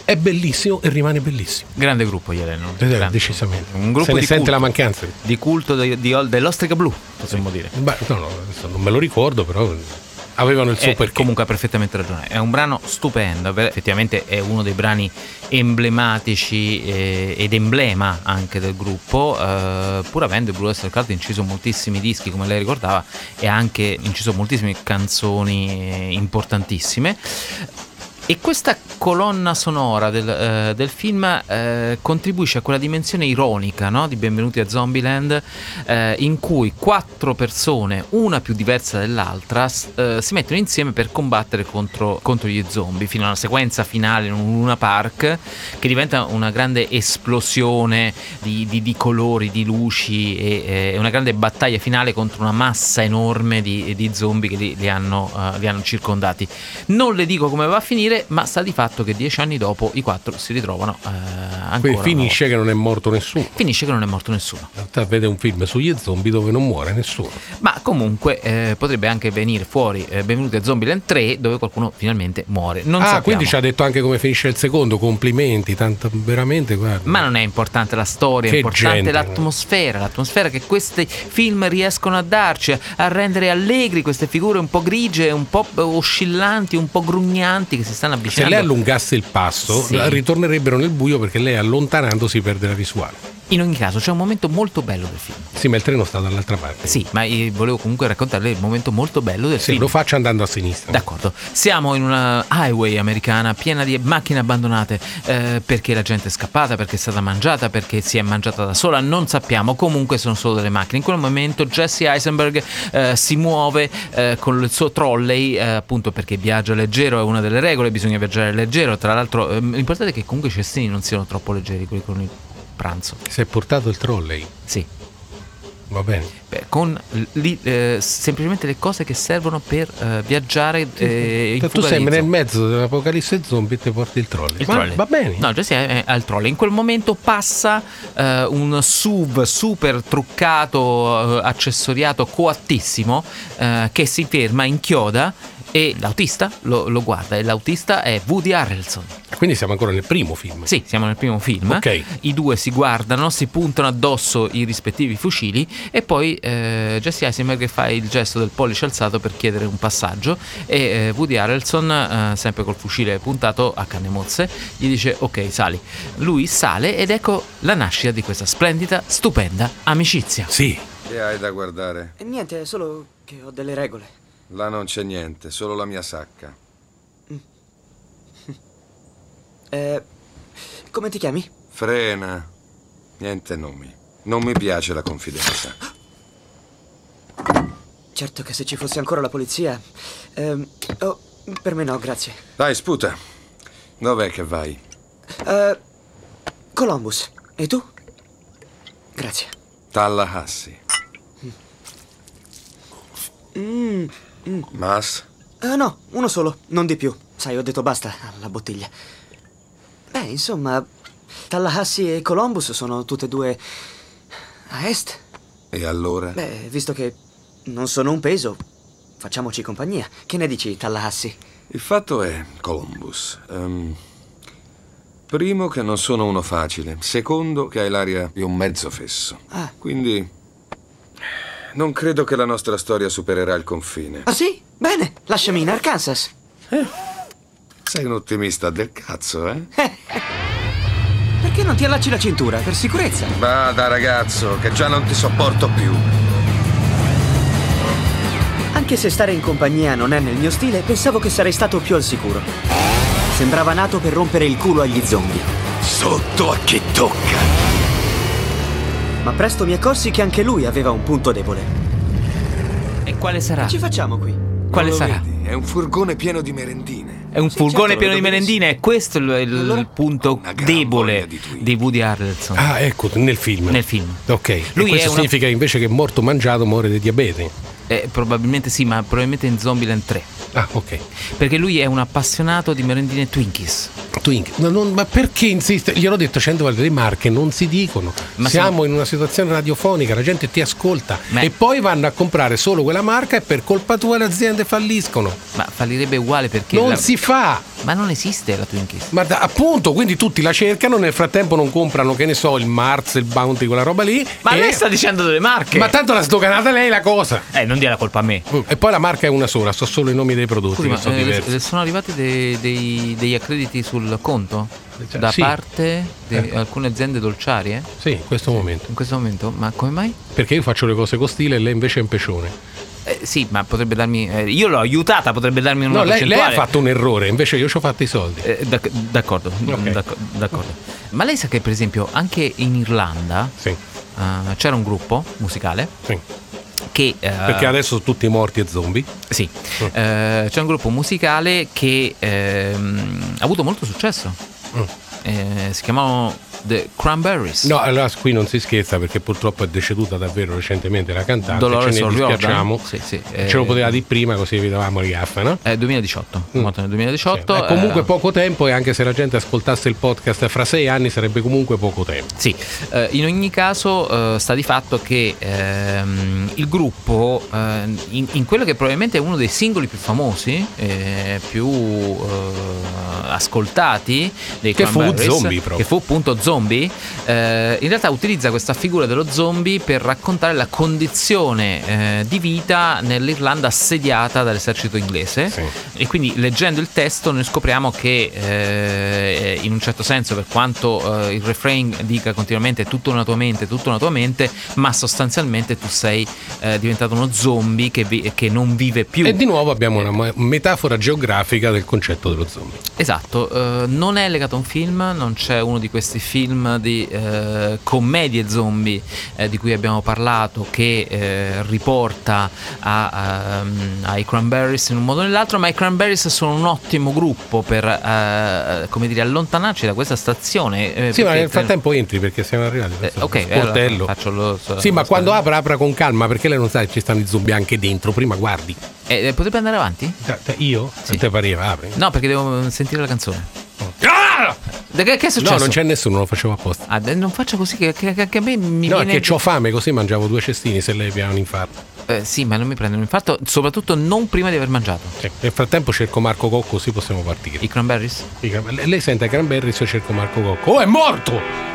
è bellissimo e rimane bellissimo.
Grande gruppo, Jeleno.
Eh, decisamente.
Un gruppo
se ne
di
sente
culto.
la mancanza.
Di culto de- di- dell'ostrica blu, potremmo dire.
Beh, no, no, adesso non me lo ricordo, però avevano il suo
Eh,
perché.
Comunque ha perfettamente ragione. È un brano stupendo, per- effettivamente è uno dei brani emblematici eh, ed emblema anche del gruppo, eh, pur avendo il Blue Oyster Cult inciso moltissimi dischi, come lei ricordava, e ha anche inciso moltissime canzoni eh, importantissime. E questa colonna sonora del, eh, del film eh, contribuisce a quella dimensione ironica no? di Benvenuti a Zombieland eh, in cui quattro persone, una più diversa dell'altra, s- eh, si mettono insieme per combattere contro, contro gli zombie fino alla sequenza finale in un Luna Park che diventa una grande esplosione di, di- di colori, di luci e, e una grande battaglia finale contro una massa enorme di, di zombie che li, li hanno, eh, li hanno circondati. Non le dico come va a finire, ma sta di fatto che dieci anni dopo i quattro si ritrovano eh, ancora.
Quindi
una
finisce che non è morto nessuno.
volta. Finisce che non è morto nessuno.
In realtà vede un film sugli zombie dove non muore nessuno.
Ma comunque eh, potrebbe anche venire fuori eh, Benvenuti a Zombieland 3 dove qualcuno finalmente muore. Non
ah,
sappiamo.
quindi ci ha detto anche come finisce il secondo. Complimenti, tanto veramente. Guarda.
Ma non è importante la storia, è
Che
importante
gente.
l'atmosfera, l'atmosfera che questi film riescono a darci, a rendere allegri queste figure un po' grigie, un po' oscillanti, un po' grugnanti che si stanno
Se
avvicinando.
lei allungasse il passo,
diciamo- Sì.
ritornerebbero nel buio perché lei allontanando si perde la visuale.
In ogni caso c'è un momento molto bello del film.
Sì, ma il treno sta dall'altra parte.
Sì, ma eh, volevo comunque raccontarle il momento molto bello del
Sì,
film.
lo faccia andando a sinistra.
D'accordo, siamo in una highway americana piena di macchine abbandonate eh, perché la gente è scappata, perché è stata mangiata, perché si è mangiata da sola, non sappiamo, comunque sono solo delle macchine. In quel momento Jesse Eisenberg eh, si muove eh, con il suo trolley, eh, appunto perché viaggia leggero, è una delle regole, bisogna viaggiare leggero, tra l'altro ehm, l'importante è che comunque i cestini non siano troppo leggeri, quelli con il pranzo.
Si è portato il trolley,
Sì,
va bene.
beh, con lì, eh, semplicemente le cose che servono per eh, viaggiare eh, in
Cioè, Tu
fuga
sei
di
nel
zone.
mezzo dell'apocalisse zombie e ti porti il trolley.
Il
Ma
trolley.
Va bene.
No, Jesse è, è al trolley. In quel momento passa eh, un SUV super truccato, eh, accessoriato, coattissimo, eh, che si ferma, inchioda e l'autista lo, lo guarda. E l'autista è Woody Harrelson.
Quindi siamo ancora nel primo film.
Sì, siamo nel primo film.
Ok.
I due si guardano, si puntano addosso i rispettivi fucili e poi eh, Jesse Eisenberg fa il gesto del pollice alzato per chiedere un passaggio e eh, Woody Harrelson, eh, sempre col fucile puntato a canne mozze, gli dice ok sali. Lui sale ed ecco la nascita di questa splendida, stupenda amicizia.
Sì.
Che hai da guardare?
E Eh, niente, è solo che ho delle regole.
Là non c'è niente, solo la mia sacca.
Eh, come ti chiami?
Frena. Niente nomi. Non mi piace la confidenza.
Certo che se ci fosse ancora la polizia... ehm, oh, per me no, grazie.
Dai, sputa. Dov'è che vai?
Eh, Columbus, e tu? Grazie.
Tallahassee. Mas?
Eh, no, uno solo, non di più. Sai, ho detto basta alla bottiglia. Beh, insomma, Tallahassee e Columbus sono tutte e due a est.
E allora?
Beh, visto che non sono un peso, faccimoci compagnia. Che ne dici, Tallahassee?
Il fatto è, Columbus. ehm, primo che non sono uno facile. Secondo che hai l'aria di un mezzo fesso.
Ah.
Quindi... Non credo che la nostra storia supererà il confine.
Ah sì? Bene, lasciami in Arkansas.
Sei un ottimista del cazzo, eh?
Perché non ti allacci la cintura? Per sicurezza.
Vada ragazzo, che già non ti sopporto più.
Anche se stare in compagnia non è nel mio stile, pensavo che sarei stato più al sicuro. Sembrava nato per rompere il culo agli zombie.
Sotto a chi tocca.
Ma presto mi accorsi che anche lui aveva un punto debole.
E quale sarà?
Ci facciamo qui.
Quale sarà?
È un furgone pieno di merendine.
È un
Sì,
furgone
certo,
pieno di
lo dovresti-
merendine, è questo il, il
Allora?
punto
Una gran
debole
voglia di tweet.
di Woody Harrelson
Ah, ecco, nel film.
nel film.
Ok.
Lui
e questo
è una-
significa invece che morto mangiato muore di diabete.
Eh, probabilmente sì, ma probabilmente in Zombieland 3.
Ah, ok.
Perché lui è un appassionato di merendine Twinkies.
Twink. No, non- ma perché insiste? Gliel'ho detto cento volte, le marche non si dicono.
Ma
Siamo in una situazione radiofonica, la gente ti ascolta
Ma-
e poi vanno a comprare solo quella marca e per colpa tua le aziende falliscono.
Ma fallirebbe uguale perché.
non
la-
si fa.
Ma non esiste la Twinkies.
Ma da- appunto, quindi tutti la cercano, nel frattempo non comprano, che ne so, il Mars, il Bounty, quella roba lì.
Ma
e-
lei sta dicendo delle marche.
ma tanto l'ha sdoganata lei la cosa.
Eh, non dia la colpa a me.
Mm, E poi la marca è una sola, so solo i nomi dei prodotti
Scusi,
che
ma
sono
eh,
diversi.
eh, sono arrivati dei- dei- degli accrediti sul conto?
Cioè,
da
sì.
parte di
Eh.
alcune aziende dolciarie? eh,
Sì, in questo momento.
In questo momento? Ma come mai?
Perché io faccio le cose con stile e lei invece è un pescione.
Eh, sì, ma potrebbe darmi. eh, io l'ho aiutata, potrebbe darmi una
No, lei, lei ha
percentuale.
fatto un errore, invece io ci ho fatto i soldi.
Eh, d'ac- d'accordo,
Ok.
d'acc- d'accordo. Ma lei sa che, per esempio, anche in Irlanda
Sì,
eh, c'era un gruppo musicale
sì.
che. eh,
Perché Mm. adesso sono tutti morti e zombie.
Sì, Eh, c'è un gruppo musicale che ehm, ha avuto molto successo.
Mm.
Eh, si chiamavano The Cranberries.
No, allora qui non si scherza perché purtroppo è deceduta davvero recentemente la cantante.
Dolores
ce ne
O'Riordan.
dispiacciamo.
Sì, sì,
Ce lo
eh,
poteva dire prima così evitavamo le gaffe, no?
Eh, 2018,
Mm.
morto nel 2018.
Sì, è comunque
eh,
poco tempo e anche se la gente ascoltasse il podcast fra sei anni sarebbe comunque poco tempo.
Sì, eh, in ogni caso eh, sta di fatto che ehm, il gruppo, eh, in, in quello che probabilmente è uno dei singoli più famosi, eh, più eh, ascoltati dei
Che fu
Cranberries,
Zombie proprio.
che fu appunto Zombie, eh, in realtà utilizza questa figura dello zombie per raccontare la condizione eh, di vita nell'Irlanda assediata dall'esercito inglese.
Sì.
E quindi leggendo il testo noi scopriamo che eh, in un certo senso per quanto eh, il refrain dica continuamente tutto una tua mente, tutto una tua mente, ma sostanzialmente tu sei eh, diventato uno zombie che, vi- che non vive più.
E di nuovo abbiamo una ma- metafora geografica del concetto dello zombie.
Esatto, eh, non è legato a un film, non c'è uno di questi film di eh, commedie zombie eh, di cui abbiamo parlato che eh, riporta a- a- ehm, ai Cranberries in un modo o nell'altro, ma i Cranberries sono un ottimo gruppo per eh, come dire, allontanarci da questa stazione. eh,
Sì, ma
perché-
nel frattempo entri perché siamo arrivati.
Eh,
questo
ok, eh, allora
sportello.
faccio lo-
sì, ma
lo-
quando apra, apra con calma perché lei non sa che ci stanno i zombie anche dentro. Prima guardi.
Eh, eh, potrebbe andare avanti?
Te- te- Io?
Sì.
A te pareva? Apri.
No, perché devo sentire la canzone.
Ah!
Da- Che, che è successo?
No, non c'è nessuno, lo facevo apposta.
Ah, beh, non faccio così, che, che- che- che a me mi
No, è
viene...
che ho fame, così mangiavo due cestini se lei aveva un infarto.
Eh, sì, ma non mi prendono infarto, soprattutto non prima di aver mangiato.
Sì. Cioè, Nel frattempo cerco Marco Cocco, così possiamo partire.
I cranberries?
Dica, ma Lei lei sente Cranberry, io cerco Marco Cocco. Oh, è morto!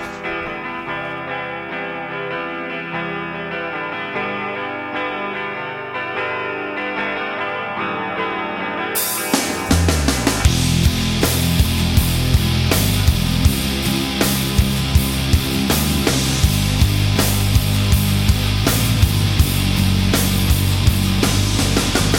Thank eh,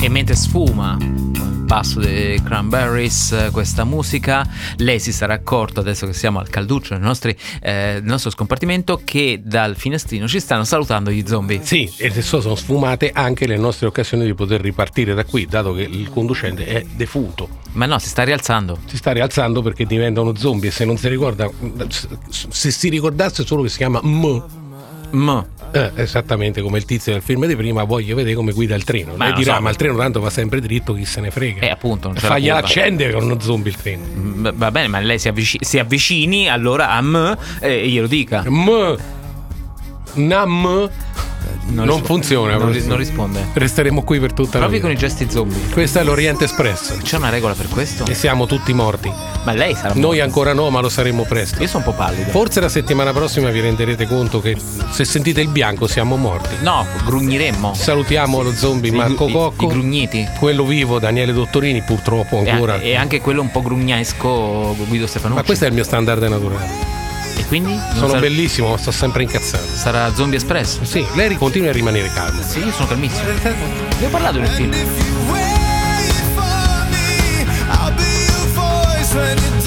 E mentre sfuma con il passo dei Cranberries eh, questa musica, lei si sarà accorta, adesso che siamo al calduccio nel, nostri- eh, nel nostro scompartimento, che dal finestrino ci stanno salutando gli zombie.
Sì, e adesso sono sfumate anche le nostre occasioni di poter ripartire da qui, dato che il conducente è defunto.
Ma no, si sta rialzando.
Si sta rialzando perché diventa uno zombie e se non si ricorda, se si ricordasse solo che si chiama M,
Mm.
eh, esattamente come il tizio del film di prima, voglio vedere come guida il treno.
Ma
Lei
lo
dirà,
so.
ma il treno tanto va sempre dritto, chi se ne frega.
Eh, appunto, non c'è la
Fagliela
curva.
accendere con uno zombie il treno.
Mm, Va bene, ma lei si, avvici- si avvicini allora a me e glielo dica.
M, Nam, non,
risponde.
funziona.
Non, ri-
professore.
non risponde.
Resteremo qui per tutta la
Provi
vita.
con i gesti zombie.
Questo è l'Oriente Espresso.
C'è una regola per questo?
E siamo tutti morti.
Ma lei sarà
Noi
morta.
ancora no, ma lo saremo presto.
Io sono un po' pallido.
Forse la settimana prossima vi renderete conto che se sentite il bianco siamo morti.
No, grugniremmo.
Salutiamo lo zombie Marco
I- i-
Cocco,
I grugniti.
quello vivo Daniele Dottorini purtroppo
E,
ancora.
e anche quello un po' grugnesco Guido Stefanucci.
Ma questo è il mio standard naturale.
E quindi? Non
Sono
sarà-
bellissimo, ma sto sempre incazzando.
Sarà Zombie Espresso?
Sì, lei continua a rimanere calmo.
Sì, io sono calmissimo. Ne ho parlato nel film.
If you wait for me, I'll be your voice when you